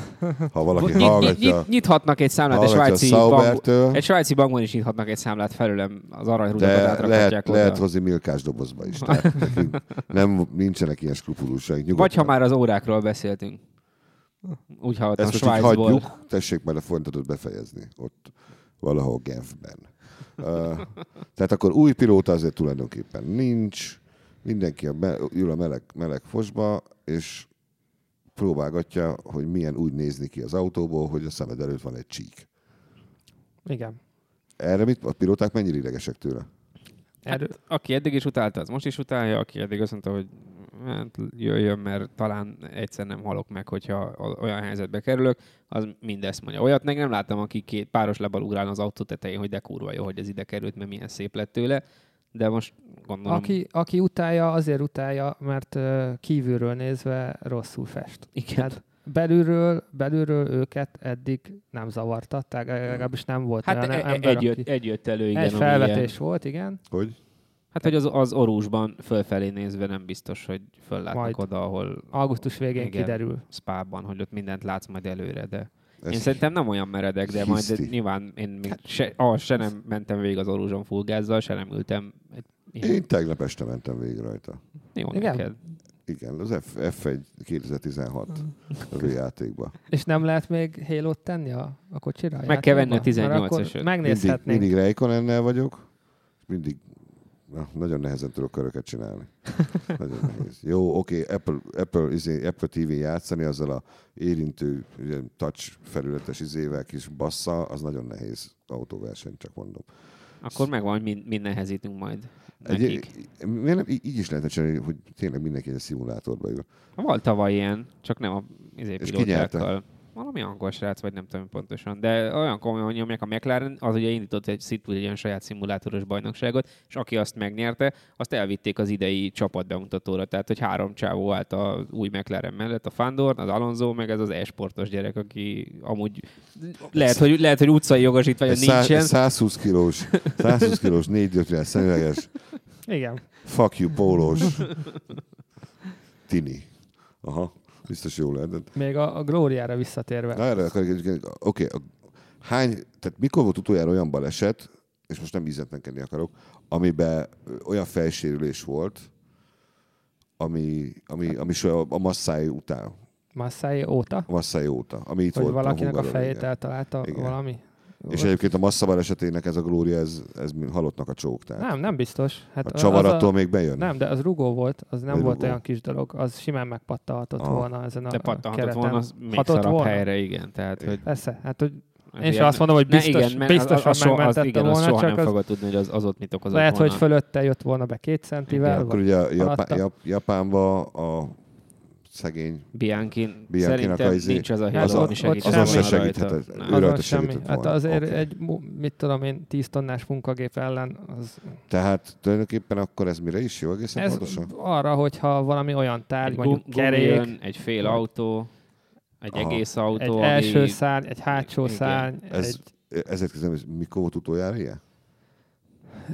Speaker 1: ha valaki
Speaker 3: Nyit- nyit-
Speaker 1: hallgatja,
Speaker 3: nyit- Nyithatnak egy számlát egy
Speaker 1: hallgatja a
Speaker 3: svájci bankból.
Speaker 1: Saubertől,
Speaker 3: Egy svájci bankban is nyithatnak egy számlát felőlem, az aranyrudakat
Speaker 1: de
Speaker 3: átrakhatják
Speaker 1: lehet,
Speaker 3: oda.
Speaker 1: lehet hozni milkás dobozba is. Tehát, nekünk nem, nincsenek ilyen skrupulusaink.
Speaker 3: Vagy
Speaker 1: Nyugodtan.
Speaker 3: ha már az órákról beszéltünk. Úgy hallottam
Speaker 1: Ezt most így
Speaker 3: Hát Svájcból.
Speaker 1: hagyjuk, tessék már a folytatót befejezni ott valahol Genfben. Uh, tehát akkor új pilóta azért tulajdonképpen nincs, mindenki a me- ül a meleg, meleg fosba, és próbálgatja, hogy milyen úgy nézni ki az autóból, hogy a szemed előtt van egy csík.
Speaker 2: Igen.
Speaker 1: Erre mit, a pilóták mennyire idegesek tőle?
Speaker 2: Erről,
Speaker 3: Hát, aki eddig is utálta, az most is utálja, aki eddig azt mondta, hogy hát, jöjjön, mert talán egyszer nem halok meg, hogyha o- olyan helyzetbe kerülök, az mindezt mondja. Olyat meg nem láttam, aki két páros lábbal ugrál az autó tetején, hogy de kurva jó, hogy ez ide került, mert milyen szép lett tőle, de most gondolom...
Speaker 2: aki, aki utálja, azért utálja, mert ö, kívülről nézve rosszul fest.
Speaker 3: Igen.
Speaker 2: Tehát belülről, belülről őket eddig nem zavarta, tehát legalábbis nem volt
Speaker 3: Hát
Speaker 2: olyan
Speaker 3: e- e-
Speaker 2: ember,
Speaker 3: egy, jött,
Speaker 2: aki...
Speaker 3: egy jött elő, igen.
Speaker 2: egy
Speaker 3: ami ilyen-
Speaker 2: felvetés volt, igen.
Speaker 1: Hogy?
Speaker 3: Hát, hogy az, az orúsban fölfelé nézve nem biztos, hogy föllátnak
Speaker 2: Majd.
Speaker 3: Majd. oda, ahol
Speaker 2: Augusztus végén
Speaker 3: Igen.
Speaker 2: kiderül.
Speaker 3: spában, hogy ott mindent látsz majd előre, de
Speaker 1: Ez
Speaker 3: Ez én szerintem nem olyan meredek, de majd
Speaker 1: hiszti.
Speaker 3: nyilván én még
Speaker 2: Hát-
Speaker 3: se, ah, se nem mentem végig az orúzson full gázzal, se nem ültem. Egy- Ilyen,
Speaker 1: Én tegnap este mentem végig rajta.
Speaker 3: jó
Speaker 2: Igen.
Speaker 3: neked.
Speaker 1: Igen, az F- F1 2016
Speaker 3: Mm.
Speaker 1: játékba.
Speaker 2: És nem lehet még halo tenni a, a kocsira? a
Speaker 3: Meg kell venni a
Speaker 2: játékba? Mert
Speaker 3: 18-as
Speaker 2: akkor
Speaker 3: -öt.
Speaker 1: Mindig,
Speaker 2: Megnézhetnénk.
Speaker 1: mindig Reikonennel vagyok, mindig na, nagyon nehezen tudok köröket csinálni. Nagyon nehéz. Jó, oké, okay, Apple, Apple, izé, Apple TV játszani azzal a érintő ilyen touch felületes izével kis bassza, az nagyon nehéz autóverseny, csak mondom.
Speaker 3: Akkor megvan, hogy mi, mi nehezítünk majd nekik.
Speaker 1: Egy, miért nem, így így is lehetne csinálni, hogy tényleg mindenki egy szimulátorba ül.
Speaker 3: Volt tavaly ilyen, csak nem a izé,
Speaker 1: És ki nyerte?
Speaker 3: pilótákkal. Valami angol srác, vagy nem tudom pontosan, de olyan komolyan nyomják a McLaren, az ugye indított egy szitú, egy olyan saját szimulátoros bajnokságot, és aki azt megnyerte, azt elvitték az idei csapatbemutatóra, tehát hogy három csávó állt a új McLaren mellett, a Fandorn, az Alonso, meg ez az e-sportos gyerek, aki amúgy lehet, hogy, lehet, hogy utcai jogosítványa
Speaker 1: Ez szá-
Speaker 3: nincsen,
Speaker 1: 120 kilós, 120 kilós, 450 szemüveges,
Speaker 2: Igen.
Speaker 1: fuck you pólós, tini. Aha, biztos jó lehetett.
Speaker 2: Még a, a Glóriára visszatérve.
Speaker 1: Na erre akarok, egyébként, oké, a- hány, tehát mikor volt utoljára olyan baleset, és most nem ízetlenkedni akarok, amiben ö, olyan fejsérülés volt, ami, ami, ami soha a masszái után,
Speaker 2: Massai óta?
Speaker 1: a masszái óta, ami itt
Speaker 2: Hogy
Speaker 1: volt.
Speaker 2: valakinek a
Speaker 1: Hungaroringen.
Speaker 2: fejét eltalálta
Speaker 1: Igen.
Speaker 2: valami?
Speaker 1: És egyébként a massza balesetének ez a glória, ez, ez mi- halottnak a csók, tehát
Speaker 2: Nem, nem biztos. Hát
Speaker 1: a
Speaker 2: az
Speaker 1: csavarattól még bejön.
Speaker 2: Nem, de az rugó volt, az nem
Speaker 1: Egy
Speaker 2: volt
Speaker 1: rugó.
Speaker 2: olyan kis dolog, az simán megpattalhatott
Speaker 1: Aha.
Speaker 2: volna ezen a
Speaker 3: de pattanhatott
Speaker 2: kereten.
Speaker 3: volna, az még
Speaker 2: Hatott
Speaker 3: szarabb
Speaker 2: volna?
Speaker 3: helyre, igen. Tehát, hogy
Speaker 2: Persze, hát hogy
Speaker 3: Hát
Speaker 2: én
Speaker 3: ilyen-
Speaker 2: sem azt mondom, hogy
Speaker 3: Ne,
Speaker 2: biztos,
Speaker 3: igen, mert
Speaker 2: biztosan
Speaker 3: az, az, soha- az,
Speaker 2: megmentette
Speaker 3: igen, az
Speaker 2: volna,
Speaker 3: soha
Speaker 2: csak
Speaker 3: nem
Speaker 2: az-
Speaker 3: fogod tudni, hogy az, az ott mit okozott
Speaker 2: lehet,
Speaker 3: volna.
Speaker 2: hogy fölötte jött volna be két centivel.
Speaker 1: Akkor
Speaker 2: vagy-
Speaker 1: ugye a Japá-
Speaker 2: alatta.
Speaker 1: Jap- Japánban a szegény
Speaker 3: Biankin,
Speaker 1: Bianchinak
Speaker 3: szerintem
Speaker 1: a izé-
Speaker 3: nincs az a
Speaker 2: az-
Speaker 3: hely, ami
Speaker 2: ott-
Speaker 3: segít.
Speaker 2: ott semmi.
Speaker 1: azon se segíthetett.
Speaker 3: Nem.
Speaker 1: Ő rajta
Speaker 2: Azon semmi.
Speaker 1: segített
Speaker 2: Hát
Speaker 1: volna.
Speaker 2: azért
Speaker 1: Oké.
Speaker 2: egy, mu- mit tudom én, 10 tonnás munkagép ellen, az,
Speaker 1: Tehát tulajdonképpen akkor ez mire is jó egészen
Speaker 2: ez
Speaker 1: pontosan?
Speaker 2: arra, hogyha valami olyan tárgy,
Speaker 3: Egy
Speaker 2: mondjuk
Speaker 3: gu-
Speaker 2: kerék,
Speaker 3: gumiön, egy fél
Speaker 2: vagy-
Speaker 3: autó, egy
Speaker 1: Aha.
Speaker 3: egész
Speaker 2: egy
Speaker 3: autó, ami...
Speaker 2: első szárny, egy hátsó
Speaker 3: Igen.
Speaker 2: szárny,
Speaker 1: Ez-
Speaker 2: egy
Speaker 1: E- Ezért kezdem, hogy mikor volt utoljára ilyen?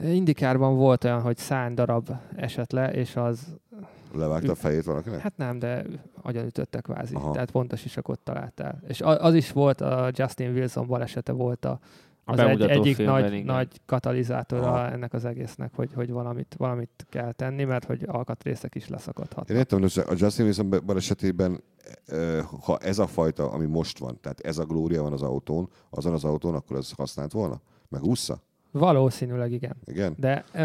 Speaker 2: Indikárban volt olyan, hogy szány darab esett le, és az,
Speaker 1: Levágta a fejét valakinek?
Speaker 2: hát nem, de agyonütötte kvázi.
Speaker 1: Aha.
Speaker 2: Aha. Tehát pontos isakot találtál. És a- az is volt, a Justin Wilson balesete volt a,
Speaker 3: A
Speaker 2: az egy,
Speaker 3: bemutató
Speaker 2: egyik
Speaker 3: filmben,
Speaker 2: nagy,
Speaker 3: igen.
Speaker 2: nagy katalizátora
Speaker 1: Aha.
Speaker 2: ennek az egésznek, hogy, hogy valamit, valamit kell tenni, mert hogy alkatrészek is
Speaker 1: Én
Speaker 2: leszakadhatnak.
Speaker 1: értem, hogy a Justin Wilson be- balesetében, ö, ha ez a fajta, ami most van, tehát ez a glória van az autón, azon az autón, akkor az használt volna? Meg ússza?
Speaker 2: Valószínűleg igen.
Speaker 1: Igen?
Speaker 2: De ö,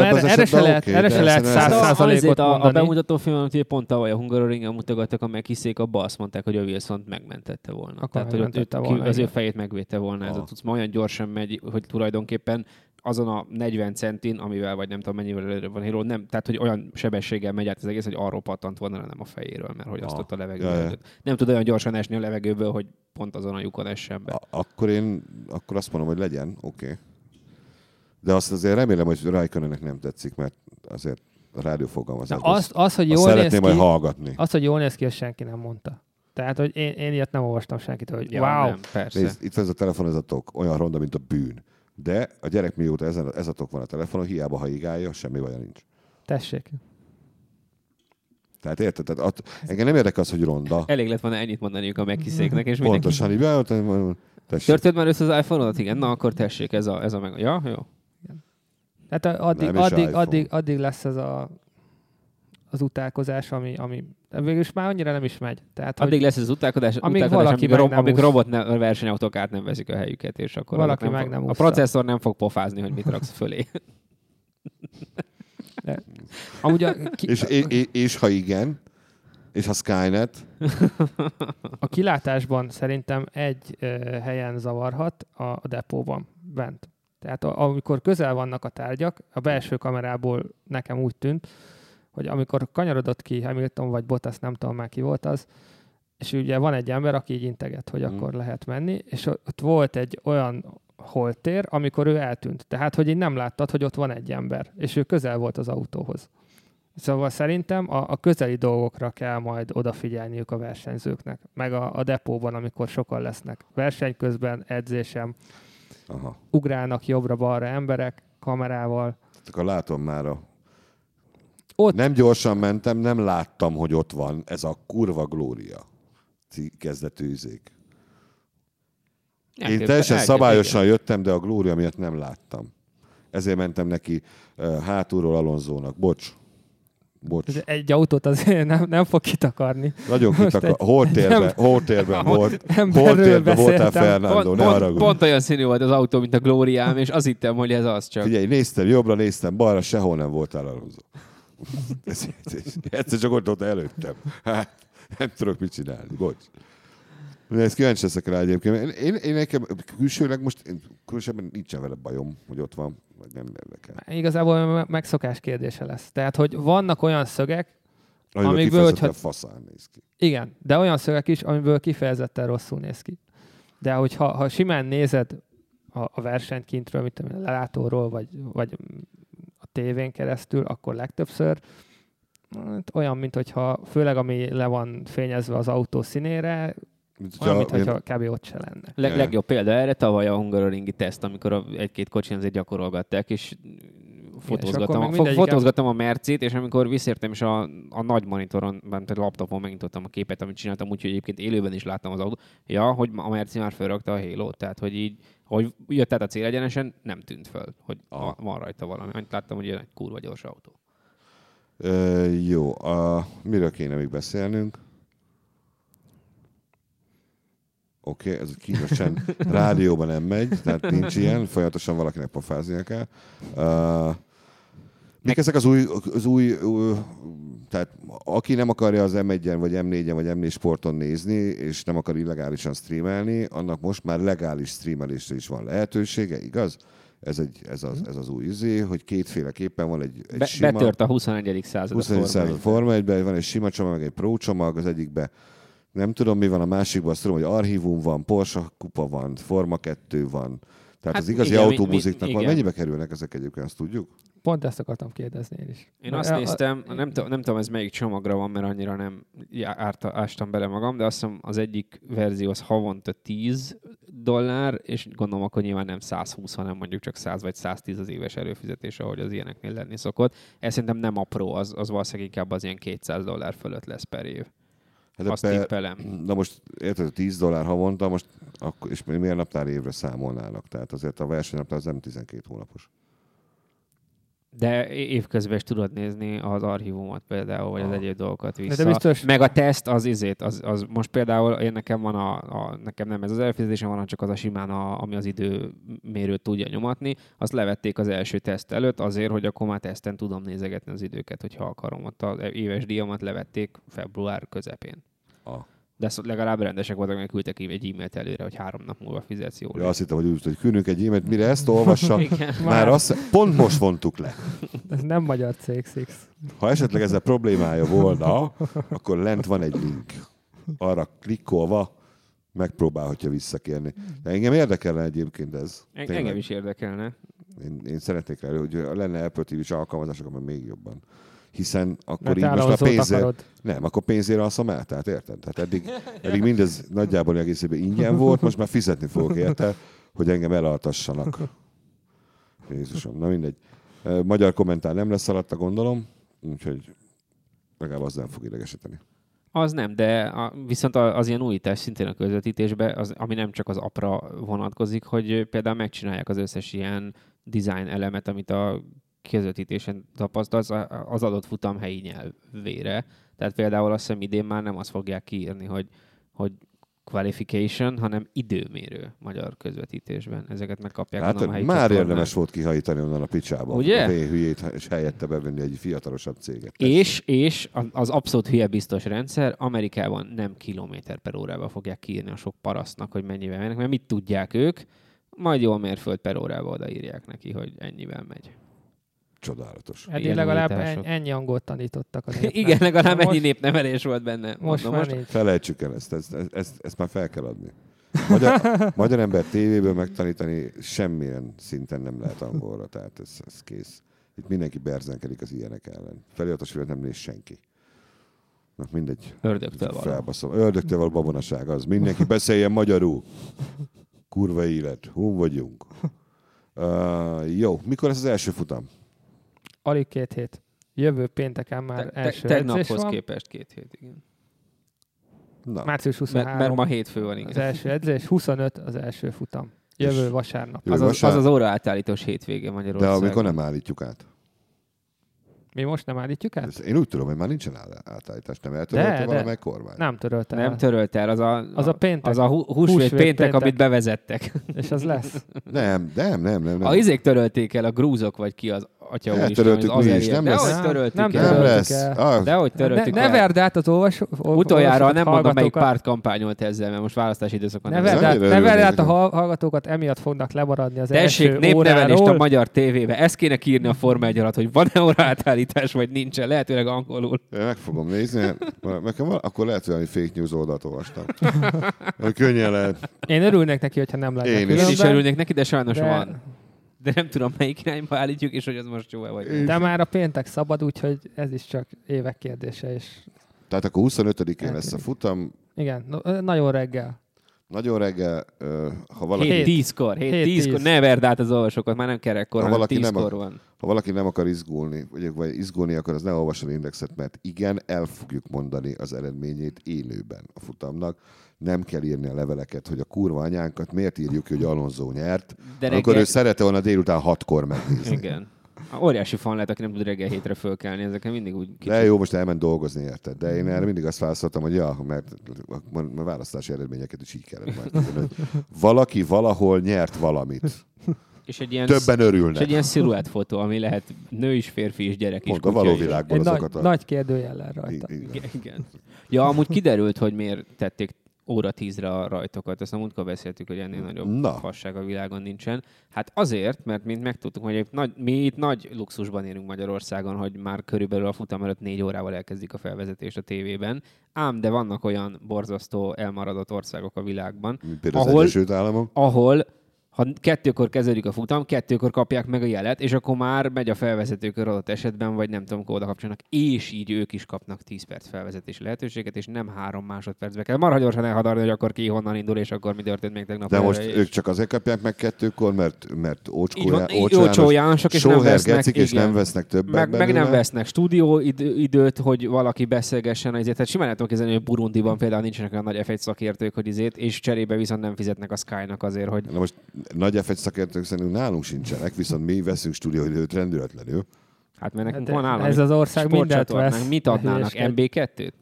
Speaker 1: ebben
Speaker 2: erre,
Speaker 1: hát az
Speaker 2: erre se
Speaker 1: esetben
Speaker 2: lehet,
Speaker 1: oké,
Speaker 2: erre
Speaker 1: de
Speaker 2: se lehet
Speaker 1: szerintem
Speaker 2: száz
Speaker 1: ez-
Speaker 2: százalékot
Speaker 3: Szóval a, a
Speaker 2: mondani.
Speaker 3: bemutató filmon, ugye pont tavaly a Hungaroringen mutogattak a megiszék, abba azt mondták, hogy a Wilson megmentette volna.
Speaker 2: Akkor
Speaker 3: Tehát, hogy ott-
Speaker 2: megmentette
Speaker 3: ott
Speaker 2: volna,
Speaker 3: ki- az ő
Speaker 2: igen.
Speaker 3: fejét megvédte volna ez
Speaker 1: Aha.
Speaker 3: a tudsz, ma olyan gyorsan megy, hogy tulajdonképpen azon a 40 centin, amivel vagy nem tudom mennyivel előre van híró, nem, tehát hogy olyan sebességgel megy át az egész, hogy arról pattant volna, nem a fejéről, mert hogy azt
Speaker 1: Aha.
Speaker 3: ott a
Speaker 1: Ah. Ja, ja.
Speaker 3: levegőben. Nem tud olyan gyorsan esni a levegőből, hogy pont azon a lyukon essen be.
Speaker 1: A- akkor én akkor azt mondom, hogy legyen, oké. Okay. De azt azért remélem, hogy Raikkonennek nem tetszik, mert azért a
Speaker 2: Na,
Speaker 1: rádiófogalmazás.
Speaker 2: az, az, hogy jól néz
Speaker 1: Hát szeretném majd
Speaker 2: ki,
Speaker 1: hallgatni.
Speaker 2: Az, hogy jól néz ki, azt senki nem mondta. Tehát, hogy én, én ilyet nem olvastam senkit, hogy ja, wow,
Speaker 3: nem, persze.
Speaker 1: Nézd, itt van ez a telefon, ez a tok, olyan ronda, mint a bűn. De a gyerek mióta ezen, ez a tok van a telefonon, hiába ha igálja, semmi baja nincs.
Speaker 2: tessék.
Speaker 1: Tehát érted? Tehát att, engem nem érdekel az, hogy ronda.
Speaker 3: Elég lett volna ennyit mondaniuk a
Speaker 2: Mhm.
Speaker 3: megkiszéknek, és mindenki...
Speaker 1: Pontosan így beállt, hogy mondom, tessék.
Speaker 3: Törtöd már össze az iPhone-odat? Igen, na akkor tessék, ez a, ez a meg... Ja, jó.
Speaker 2: Tehát Hát a- addig,
Speaker 1: Nem is
Speaker 2: addig,
Speaker 1: iPhone.
Speaker 2: addig, addig lesz ez a, az utálkozás, ami, ami de végülis már annyira nem is megy. Tehát,
Speaker 3: Addig
Speaker 2: hogy
Speaker 3: lesz ez az utálkodás,
Speaker 2: Amíg
Speaker 3: utálkodás
Speaker 2: valaki
Speaker 3: amíg,
Speaker 2: meg
Speaker 3: ro-
Speaker 2: nem
Speaker 3: amíg
Speaker 2: úsz.
Speaker 3: robot ne, versenyautók át nem veszik a helyüket, és akkor azok
Speaker 2: Valaki meg
Speaker 3: fog,
Speaker 2: nem
Speaker 3: A
Speaker 2: ússza.
Speaker 3: processzor nem fog pofázni, hogy mit raksz fölé.
Speaker 2: amúgy a, ki,
Speaker 1: És, és, és, és, ha igen, És a Skynet,
Speaker 2: A kilátásban szerintem egy ö, helyen zavarhat a, a depóban, bent. Tehát a, amikor közel vannak a tárgyak, a belső kamerából nekem úgy tűnt, hogy amikor kanyarodott ki Hamilton vagy Bottas, nem tudom már ki volt az, és ugye van egy ember, aki így integet, hogy
Speaker 1: Mm.
Speaker 2: akkor lehet menni, és ott volt egy olyan holtér, amikor ő eltűnt. Tehát, hogy így nem láttad, hogy ott van egy ember, és ő közel volt az autóhoz. Szóval szerintem a, a közeli dolgokra kell majd odafigyelniük a versenyzőknek, meg a, a depóban, amikor sokan lesznek. Verseny közben, edzésem,
Speaker 1: aha,
Speaker 2: ugrálnak jobbra-balra emberek kamerával.
Speaker 1: Tehát Hát akkor látom már a...
Speaker 2: Ott-
Speaker 1: Nem gyorsan mentem, nem láttam, hogy ott van ez a kurva glória Ci- kezdetűzék. Én teljesen szabályosan jöttem, de a glória miatt nem láttam. Ezért mentem neki ö, hátulról Alonzónak. Bocs. Bocs.
Speaker 2: Ez Egy autót azért nem, nem fog kitakarni.
Speaker 1: Nagyon
Speaker 2: Most
Speaker 1: kitakar.
Speaker 2: egy-
Speaker 1: Hortérben,
Speaker 2: nem-
Speaker 1: hortérben volt.
Speaker 2: emberről
Speaker 1: Hortérben voltál,
Speaker 2: beszéltem.
Speaker 1: Fernando,
Speaker 3: Pont,
Speaker 1: ne
Speaker 3: pont,
Speaker 1: haragudj.
Speaker 3: pont olyan színű volt az autó, mint a Glóriám, és azt hittem, hogy ez az csak.
Speaker 1: Figyelj, néztem jobbra, néztem balra, sehol nem voltál Alonso. Ez- ez- Egyszer csak ott volt előttem. Hát, nem tudok mit csinálni, bocs. De ezt kíváncsi leszek rá egyébként. Én, én, én nekem külsőleg most én, különösebben nincsen vele bajom, hogy ott van, vagy nem érdekel.
Speaker 2: Igazából me- megszokás kérdése lesz. Tehát, hogy vannak olyan szögek,
Speaker 1: Amiből
Speaker 2: Amíg
Speaker 1: kifejezetten
Speaker 2: bölcsöd-
Speaker 1: faszán néz ki.
Speaker 2: igen, de olyan szögek is, amiből kifejezetten rosszul néz ki. De hogyha ha simán nézed a, a versenyt kintről, mit tudom, én, a lelátóról, vagy, vagy a tévén keresztül, akkor legtöbbször hát olyan, mint hogyha főleg ami le van fényezve az autó színére,
Speaker 1: Mint
Speaker 2: olyan, mint
Speaker 1: hogyha-
Speaker 2: hogyha kb. ott se lenne.
Speaker 3: Leg,
Speaker 1: Ja.
Speaker 3: legjobb példa erre tavaly a hungaroringi teszt, amikor a, egy-két kocsin azért gyakorolgatták, és
Speaker 2: akkor
Speaker 3: fotózgattam,
Speaker 2: meg
Speaker 3: fo-
Speaker 2: mindegyiken-
Speaker 3: fotózgattam a mercét, és amikor visszértem, és a, a nagy monitoron, nem, tehát laptopon megnyitottam a képet, amit csináltam, úgyhogy egyébként élőben is láttam az autót, ja, hogy a merci már felrakta a halo tehát hogy így, hogy jött át a cél egyenesen, nem tűnt föl, hogy
Speaker 1: Aha.
Speaker 3: a, van rajta valami. Annyit láttam, hogy jön egy kurva gyors autó.
Speaker 1: Ö, jó, a, miről kéne még beszélnünk? Oké, okay, ez egy kínosan rádióban nem megy, tehát nincs ilyen, folyamatosan valakinek pofáznia kell. Uh, mik ezek az új, az új, új, tehát aki nem akarja az M1-en, vagy M4-en, vagy M4 sporton nézni, és nem akar illegálisan streamelni, annak most már legális streamelésre is van lehetősége, igaz? Ez, egy, ez, az, ez az új izé, hogy kétféleképpen van egy, egy
Speaker 3: Be,
Speaker 1: sima...
Speaker 3: betört a 21. század.
Speaker 1: 21. század
Speaker 3: formájában.
Speaker 1: Forma 1 van egy sima csomag, meg egy Pro csomag, az egyikben nem tudom mi van, a másikban azt tudom, hogy archívum van, Porsche kupa van, Forma 2 van. Tehát
Speaker 3: Hát
Speaker 1: az igazi
Speaker 3: igen, mi-
Speaker 1: autóbuziknak
Speaker 3: mi-
Speaker 1: van.
Speaker 3: igen.
Speaker 1: Mennyibe kerülnek ezek egyébként, azt tudjuk?
Speaker 2: Pont ezt akartam kérdezni én is.
Speaker 3: Én
Speaker 2: Na,
Speaker 3: azt
Speaker 2: a- a-
Speaker 3: néztem, nem, t- nem tudom ez melyik csomagra van, mert annyira nem já- árta, ástam bele magam, de azt hiszem az egyik verzió az havonta 10 dollár, és gondolom akkor nyilván nem 120, hanem mondjuk csak 100 vagy 110 az éves előfizetés, ahogy az ilyeneknél lenni szokott. Ez szerintem nem a pro, az, az valószínűleg inkább az ilyen 200 dollár fölött lesz per év.
Speaker 1: Hát
Speaker 3: Azt
Speaker 1: ebbe-
Speaker 3: tippelem.
Speaker 1: Na most érted, 10 dollár havonta, most akkor, és miért naptár évre számolnának? Tehát azért a versenynaptár az nem 12 hónapos.
Speaker 3: De é- évközben is tudod nézni az archívumot például, vagy az
Speaker 1: Aha.
Speaker 3: egyéb dolgokat vissza.
Speaker 2: de biztos-
Speaker 3: Meg a teszt, az izét, az, az most például én nekem van a, a, nekem nem ez az előfizetésem van, hanem csak az a simán, a, ami az időmérőt tudja nyomatni, azt levették az első teszt előtt azért, hogy akkor már teszten tudom nézegetni az időket, hogyha akarom. Ott az éves díjamat levették február közepén.
Speaker 1: Ah.
Speaker 3: De ezt legalább rendesek voltak, mert küldtek egy e-mailt előre, hogy három nap múlva fizetsz jól.
Speaker 1: Ja, azt hittem, hogy úgy, hogy küldünk egy e mire ezt olvassa,
Speaker 3: Igen.
Speaker 1: már azt, pont most vontuk le.
Speaker 2: Ez nem magyar cég, Six.
Speaker 1: Ha esetleg ezzel problémája volna, akkor lent van egy link. Arra klikkolva megpróbálhatja visszakérni. De engem érdekelne egyébként ez.
Speaker 3: En-
Speaker 1: Tényleg.
Speaker 3: Engem is érdekelne.
Speaker 1: Én, én szeretnék rá, hogy lenne Apple TV-s alkalmazások, ami még jobban. Hiszen akkor
Speaker 2: Mert
Speaker 1: így most a
Speaker 2: államzót
Speaker 1: pénzért...
Speaker 2: akarod.
Speaker 1: Nem, akkor pénzért alszom el, tehát érted? Tehát eddig, eddig mindez nagyjából egészében ingyen volt, most már fizetni fogok érte, hogy engem elaltassanak. Jézusom, na mindegy. Ö, Magyar kommentár nem lesz alatta, gondolom, úgyhogy legalább az nem fog idegesíteni.
Speaker 3: Az nem, de a, viszont a- az ilyen újítás szintén a közvetítésbe, az, ami nem csak az apra vonatkozik, hogy ö, például megcsinálják az összes ilyen design elemet, amit a közvetítésen tapasztalsz, a- a- az adott futam helyi nyelvére. Tehát például azt hiszem idén már nem azt fogják kiírni, hogy, hogy qualification, hanem időmérő magyar közvetítésben. Ezeket megkapják
Speaker 1: Hát,
Speaker 3: onnan a helyi
Speaker 1: már
Speaker 3: csatornán.
Speaker 1: érdemes volt kihajítani onnan a picsába.
Speaker 3: Ugye?
Speaker 1: A vén hülyét, és helyette bevenni egy fiatalosabb céget.
Speaker 3: És, és az- az abszolút hülye biztos rendszer, Amerikában nem kilométer per órába fogják kiírni a sok parasztnak, hogy mennyivel mennek, mert mit tudják ők, majd jól mérföld per órába odaírják neki, hogy ennyivel megy.
Speaker 1: Csodálatos.
Speaker 2: Eddig
Speaker 3: Ilyen
Speaker 2: legalább en,
Speaker 3: újítások.
Speaker 2: ennyi angolt tanítottak a népnek.
Speaker 3: Igen, legalább
Speaker 2: most,
Speaker 3: ennyi népnevelés volt benne.
Speaker 2: Most
Speaker 3: Mondom,
Speaker 2: már nincs.
Speaker 1: Felejtsük el ezt, ezt, ezt, ezt, ezt már fel kell adni. Magyar, magyar ember tévéből megtanítani semmilyen szinten nem lehet angolra, tehát ez, ez kész. Itt mindenki berzenkedik az ilyenek ellen. Feliratos filmet nem néz senki. Na mindegy.
Speaker 3: Ördögtől való.
Speaker 1: Felbaszom. Ördögtől való babonaság az. Mindenki beszéljen magyarul. Kurva élet. Hun vagyunk. Uh, jó, mikor ez az első futam?
Speaker 2: Alig két hét. Jövő pénteken már
Speaker 3: Te,
Speaker 2: te,
Speaker 3: te,
Speaker 2: első te, edzés
Speaker 3: tegnaphoz
Speaker 2: van.
Speaker 3: képest két hét, igen.
Speaker 1: Na,
Speaker 2: Március
Speaker 3: Mert,
Speaker 2: 23
Speaker 3: mert ma hétfő van,
Speaker 2: az
Speaker 3: igen.
Speaker 2: első edzés, 25 az első futam. Jövő
Speaker 1: És-
Speaker 2: vasárnap.
Speaker 1: jövő
Speaker 3: Az az, az
Speaker 1: vasárnap.
Speaker 3: az óra átállítós hétvége
Speaker 1: de
Speaker 3: Magyarországon.
Speaker 1: amikor nem állítjuk át.
Speaker 2: Mi most nem állítjuk
Speaker 3: Hát-
Speaker 2: át?
Speaker 1: Ez- Én úgy tudom, hogy már nincsen áll- átállítás, nem
Speaker 2: De,
Speaker 1: eltörölte
Speaker 2: de.
Speaker 1: valamely kormány.
Speaker 2: Nem törölte
Speaker 3: nem
Speaker 2: el.
Speaker 3: törölt el, az a,
Speaker 2: Az a péntek.
Speaker 3: az a hú- húsvét,
Speaker 2: Húsvét
Speaker 3: húsvét péntek,
Speaker 2: péntek.
Speaker 3: amit bevezettek.
Speaker 2: És az lesz.
Speaker 1: Nem, nem, nem, nem. nem.
Speaker 3: A izé izék törölték el, a grúzok vagy ki az atya úr
Speaker 1: Eltöröltük mi is, nem lesz.
Speaker 3: Dehogy töröltük
Speaker 2: Nem,
Speaker 3: nem,
Speaker 1: nem
Speaker 3: el.
Speaker 2: töröltük
Speaker 1: lesz.
Speaker 2: el.
Speaker 1: Ah,
Speaker 3: Dehogy
Speaker 2: Ne,
Speaker 3: töröltük
Speaker 2: ne
Speaker 3: el.
Speaker 2: verd át az olvasó...
Speaker 3: Utoljára
Speaker 2: olvasókat,
Speaker 3: nem mondom, melyik
Speaker 2: hallgatókat.
Speaker 3: párt kampányolt ezzel, mert most választási időszakon
Speaker 2: Ne
Speaker 3: nem
Speaker 1: verd
Speaker 2: verd
Speaker 3: lesz.
Speaker 2: át,
Speaker 1: Annyira
Speaker 2: ne verd
Speaker 1: örülnék
Speaker 2: át a
Speaker 1: neki.
Speaker 2: ha- hallgatókat, emiatt fognak lemaradni az
Speaker 3: Tessék,
Speaker 2: első
Speaker 3: népnevelést a
Speaker 2: óráról.
Speaker 3: magyar tévébe. Ezt kéne kírni a Forma 1 alatt, hogy van-e óra átállítás, vagy nincsen. Lehetőleg angolul.
Speaker 1: Én meg fogom nézni, nekem van, akkor lehet, hogy valami fake news oldalt olvastam. Könnyen lehet.
Speaker 2: Én örülnék neki, hogyha nem lenne.
Speaker 1: Én is.
Speaker 3: Én is
Speaker 2: különben,
Speaker 3: örülnék neki, de sajnos
Speaker 2: de-
Speaker 3: van. De nem tudom, melyik irányba állítjuk, és hogy az most jó-e vagy. nem.
Speaker 2: De már a péntek szabad, úgyhogy ez is csak évek kérdése. És
Speaker 1: Tehát akkor
Speaker 3: Hát
Speaker 1: 25-én lesz a futam.
Speaker 2: igen, no, nagyon reggel.
Speaker 1: Nagyon reggel, ö, ha valaki,
Speaker 3: 7-10-kor, 7-10-kor,
Speaker 2: 7-10.
Speaker 3: ne verd át az olvasókat, már nem kerekkor,
Speaker 1: Ha
Speaker 3: hanem
Speaker 1: valaki nem
Speaker 3: 10-kor
Speaker 1: a-
Speaker 3: van.
Speaker 1: ha valaki nem akar izgulni, vagy, vagy izgulni akar, az ne olvasson indexet, mert igen, el fogjuk mondani az eredményét élőben a futamnak. Nem kell írni a leveleket, hogy a kurva anyánkat miért írjuk, ki, hogy Alonso nyert,
Speaker 3: De
Speaker 1: akkor
Speaker 3: reggel-
Speaker 1: ő szerette volna délután hatkor megnézni.
Speaker 3: Igen. A óriási fan lehet, aki nem tud reggel hétre fölkelni, ezeken mindig úgy kicsit. Mm.
Speaker 1: De jó, most elment dolgozni, érted? De én erre mindig azt válaszoltam, hogy ja, mert a a választási eredményeket is így kellene majd tudni, hogy valaki valahol nyert valamit.
Speaker 3: És egy ilyen,
Speaker 1: Többen
Speaker 3: és egy
Speaker 1: örülnek.
Speaker 3: ilyen sziluettfotó, ami lehet nő is, férfi is, gyerek is.
Speaker 1: Pont a
Speaker 3: kutya
Speaker 1: való
Speaker 3: is.
Speaker 1: világban
Speaker 2: Egy nagy,
Speaker 1: azokat a...
Speaker 2: nagy kérdőjellel rajta.
Speaker 1: I- igen.
Speaker 3: Igen, igen. Ja, amúgy kiderült, hogy miért tették óra tízre a rajtokat. Ezt a múltkor beszéltük, hogy ennél nagyobb
Speaker 1: Na.
Speaker 3: Na. fasság a világon nincsen. Hát azért, mert mint megtudtuk, hogy egy nagy, mi itt nagy luxusban élünk Magyarországon, hogy már körülbelül a futam előtt négy órával elkezdik a felvezetést a tévében. Ám, de vannak olyan borzasztó elmaradott országok a világban,
Speaker 1: Mint Például az
Speaker 3: Ahol-
Speaker 1: Egyesült Államok.
Speaker 3: ahol ha kettőkor kezdődik a futam, kettőkor kapják meg a jelet, és akkor már megy a felvezetőkör adott esetben, vagy nem tudom, oda kapcsolnak, és így ők is kapnak 10 perc felvezetési lehetőséget, és nem három másodpercbe kell. Marha gyorsan elhadarni, hogy akkor ki honnan indul, és akkor mi történt még tegnap.
Speaker 1: De
Speaker 3: előre,
Speaker 1: most
Speaker 3: és...
Speaker 1: ők csak azért kapják meg kettőkor, mert, mert
Speaker 3: Így van,
Speaker 1: ócskója,
Speaker 3: így ócsójánosok, és nem vesznek,
Speaker 1: gecik, és
Speaker 3: igen.
Speaker 1: nem vesznek többet
Speaker 3: meg, meg nem
Speaker 1: belőle.
Speaker 3: vesznek stúdió idő, időt, hogy valaki beszélgessen ezért. Tehát simán lehetok kezelni, hogy Burundiban például nincsenek olyan nagy F1 szakértők, hogy izét, és cserébe viszont nem fizetnek a Sky-nak azért, hogy
Speaker 1: Na most nagy f szakértők szerint nálunk sincsenek, viszont mi veszünk stúdióidőt rendületlenül.
Speaker 3: Hát mert nekünk
Speaker 2: De
Speaker 3: van állami
Speaker 2: ez az ország mindent
Speaker 3: sportcsatornánk.
Speaker 2: vesz.
Speaker 3: Mit adnának?
Speaker 2: Hülyeskedj.
Speaker 3: MB2-t?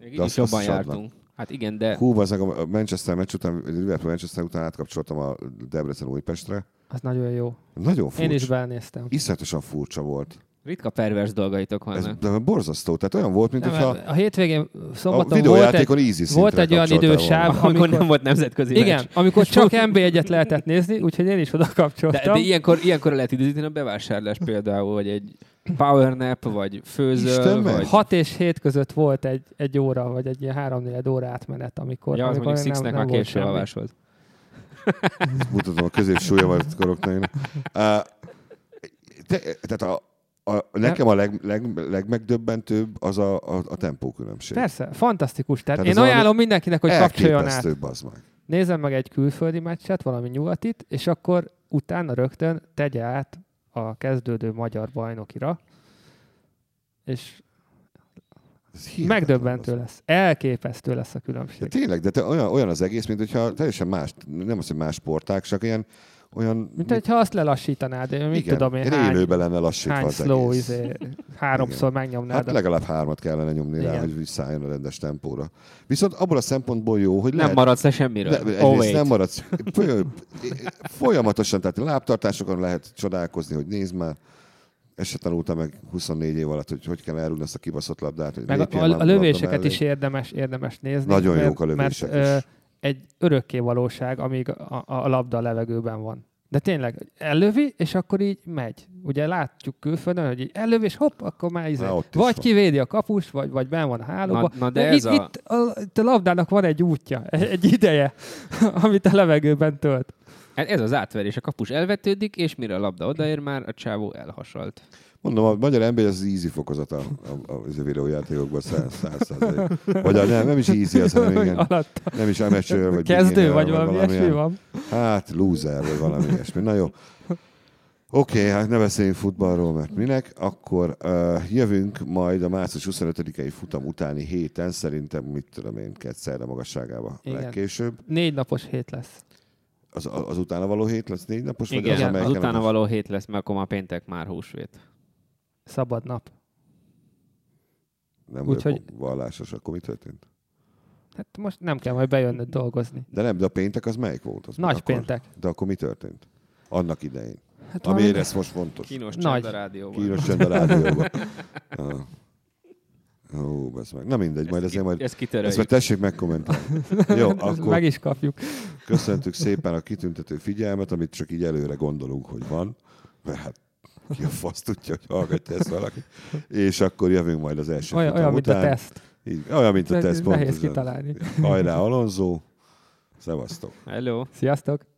Speaker 3: Még így
Speaker 1: azt-
Speaker 3: is jobban
Speaker 1: azt adnak.
Speaker 3: jártunk. Hát igen, de
Speaker 1: Hú, bazzeg, a Manchester meccs után, Liverpool Manchester után átkapcsoltam a Debrecen Újpestre.
Speaker 2: Az nagyon jó.
Speaker 1: Nagyon furcsa.
Speaker 2: Én is belnéztem.
Speaker 1: Iszonyatosan furcsa volt.
Speaker 3: ritka pervers dolgaitok
Speaker 1: Ez
Speaker 3: vannak.
Speaker 1: de borzasztó. Tehát olyan volt, mint
Speaker 2: Nem,
Speaker 1: hogyha
Speaker 2: a hétvégén
Speaker 1: a
Speaker 2: szombaton volt egy,
Speaker 1: videójátékon easy szintre
Speaker 2: volt egy olyan
Speaker 1: kapcsoltál
Speaker 2: idősáv,
Speaker 1: volna.
Speaker 2: Hát,
Speaker 3: Amikor, amikor
Speaker 2: amikor-
Speaker 3: nem volt nemzetközi
Speaker 2: Igen,
Speaker 3: meccs.
Speaker 2: amikor csak NB1-et lehetett nézni, úgyhogy én is oda
Speaker 3: De,
Speaker 2: kapcsoltam.
Speaker 3: de ilyenkor, ilyenkor lehet időzíteni a bevásárlás például, vagy egy powernap, vagy
Speaker 1: Isten
Speaker 3: főzöl,
Speaker 1: meg!
Speaker 3: vagy...
Speaker 2: 6 és 7 között volt egy, egy óra, vagy egy ilyen 3-4 óra átmenet, amikor,
Speaker 3: Ja, az
Speaker 2: amikor
Speaker 3: mondjuk Sixnek már
Speaker 2: volt
Speaker 3: késő
Speaker 2: semmi.
Speaker 3: alvás volt.
Speaker 1: Mutatom a középsúlyomat koroknál. Uh, te, tehát a, a, nekem a leg, leg, legmegdöbbentőbb az a, a, a tempókülönbség.
Speaker 2: Persze, fantasztikus. Tehát,
Speaker 1: Tehát ez
Speaker 2: Tehát én
Speaker 1: valami
Speaker 2: ajánlom mindenkinek, hogy kapcsoljon át.
Speaker 1: Elképesztő, bazd meg.
Speaker 2: Nézzen meg egy külföldi meccset, valami nyugatit, és akkor utána rögtön tegye át a kezdődő magyar bajnokira, és
Speaker 1: Ez hihetetlen,
Speaker 2: megdöbbentő
Speaker 1: bazd meg.
Speaker 2: lesz. Elképesztő lesz a
Speaker 1: De
Speaker 2: különbség.
Speaker 1: tényleg, de te olyan, olyan az egész, mint hogyha teljesen más, nem az, hogy más sporták, csak ilyen olyan...
Speaker 2: Mint hogyha azt lelassítanád, én mit
Speaker 1: igen,
Speaker 2: tudom én,
Speaker 1: én
Speaker 2: hány,
Speaker 1: élőben lenne lassítva
Speaker 2: hány
Speaker 1: az
Speaker 2: slow,
Speaker 1: egész.
Speaker 2: izé, háromszor megnyomnád.
Speaker 1: Hát
Speaker 2: a-
Speaker 1: legalább hármat kellene nyomni rá,
Speaker 2: Igen.
Speaker 1: hogy visszaálljon a rendes tempóra. Viszont abból a szempontból jó, hogy
Speaker 3: Nem
Speaker 1: lehet,
Speaker 3: maradsz le semmiről.
Speaker 1: Le, egyrészt
Speaker 3: oh, wait.
Speaker 1: nem maradsz. Föl- Folyamatosan, tehát lábtartásokon lehet csodálkozni, hogy nézd már, ezt se tanulta meg 24 év alatt, hogy hogy kell elrúgni azt a kibaszott labdát, hogy
Speaker 2: Meg a,
Speaker 1: lépjen
Speaker 2: a,
Speaker 1: már
Speaker 2: a lövéseket
Speaker 1: labda
Speaker 2: is érdemes, érdemes nézni.
Speaker 1: Nagyon
Speaker 2: mert,
Speaker 1: jók a lövések
Speaker 2: mert, ö,
Speaker 1: is.
Speaker 2: egy örökké valóság, amíg a, a, a labda a levegőben van. De tényleg, ellövi, és akkor így megy. Ugye látjuk külföldön, hogy így ellövi, és hopp, akkor már izé.
Speaker 1: Na, ott is
Speaker 2: Vagy
Speaker 1: van.
Speaker 2: kivédi a kapus, vagy, vagy ben van a hálóba.
Speaker 3: Na- na de ez
Speaker 2: itt,
Speaker 3: a-
Speaker 2: itt, a, itt a labdának van egy útja, egy ideje, amit a levegőben tölt.
Speaker 3: Hát Ez az átverés. A kapus elvetődik, és mire a labda odaér, már a csávó elhasalt.
Speaker 1: Mondom, a magyar ember az easy fokozat a, a, a, az a videójátékokban száz, száz százalék. Vagy a, nem, nem is easy az, hanem igen.
Speaker 2: Alatt
Speaker 1: Nem is amateur, vagy
Speaker 2: kezdő,
Speaker 1: beginner,
Speaker 2: vagy valami ilyesmi
Speaker 1: valamilyen-
Speaker 2: van.
Speaker 1: Hát, loser, vagy valami ilyesmi. Na jó. Oké, okay, hát ne beszéljünk futballról, mert minek. Akkor uh, jövünk majd a március 25-i futam utáni héten, szerintem, mit tudom én, kedszerre magasságába
Speaker 2: Igen.
Speaker 1: legkésőbb.
Speaker 2: Négy napos hét lesz.
Speaker 1: Az, az utána való hét lesz négy napos, vagy az,
Speaker 3: Igen, az,
Speaker 1: amelyik
Speaker 3: az
Speaker 1: nem
Speaker 3: utána
Speaker 1: lesz?
Speaker 3: való hét lesz, mert akkor már péntek már húsvét.
Speaker 2: Szabad nap.
Speaker 1: Nem vagyok
Speaker 2: Úgyhogy-
Speaker 1: vallásos, akkor mi történt?
Speaker 2: Hát most nem kell majd bejönnöd dolgozni.
Speaker 1: De nem, de a péntek az melyik volt? Az
Speaker 2: Nagy
Speaker 1: akkor,
Speaker 2: péntek.
Speaker 1: De akkor mi történt? Annak idején.
Speaker 2: Hát valami-
Speaker 1: Amiért ez most fontos.
Speaker 3: Kínos
Speaker 2: Nagy.
Speaker 3: csend a rádióban.
Speaker 1: Kínos csend a rádióban. Ah. Ó, bazd meg. Na mindegy, majd azért majd
Speaker 3: Ezt
Speaker 1: Ezt
Speaker 3: kitöröljük.
Speaker 1: már tessék megkommentálni. Jó, akkor
Speaker 2: Meg is kapjuk.
Speaker 1: köszöntük szépen a kitüntető figyelmet, amit csak így előre gondolunk, hogy van, mert hát ki a fasz tudja, hogy hallgatja ezt valaki. És akkor jövünk majd az első
Speaker 2: Olyan,
Speaker 1: futam
Speaker 2: olyan mint a
Speaker 1: után.
Speaker 2: teszt.
Speaker 1: Így, olyan, mint a
Speaker 2: Ez
Speaker 1: teszt.
Speaker 2: nehéz
Speaker 1: pontosan.
Speaker 2: kitalálni.
Speaker 1: Hajrá, Alonso. Szevasztok.
Speaker 3: Hello.
Speaker 2: Sziasztok!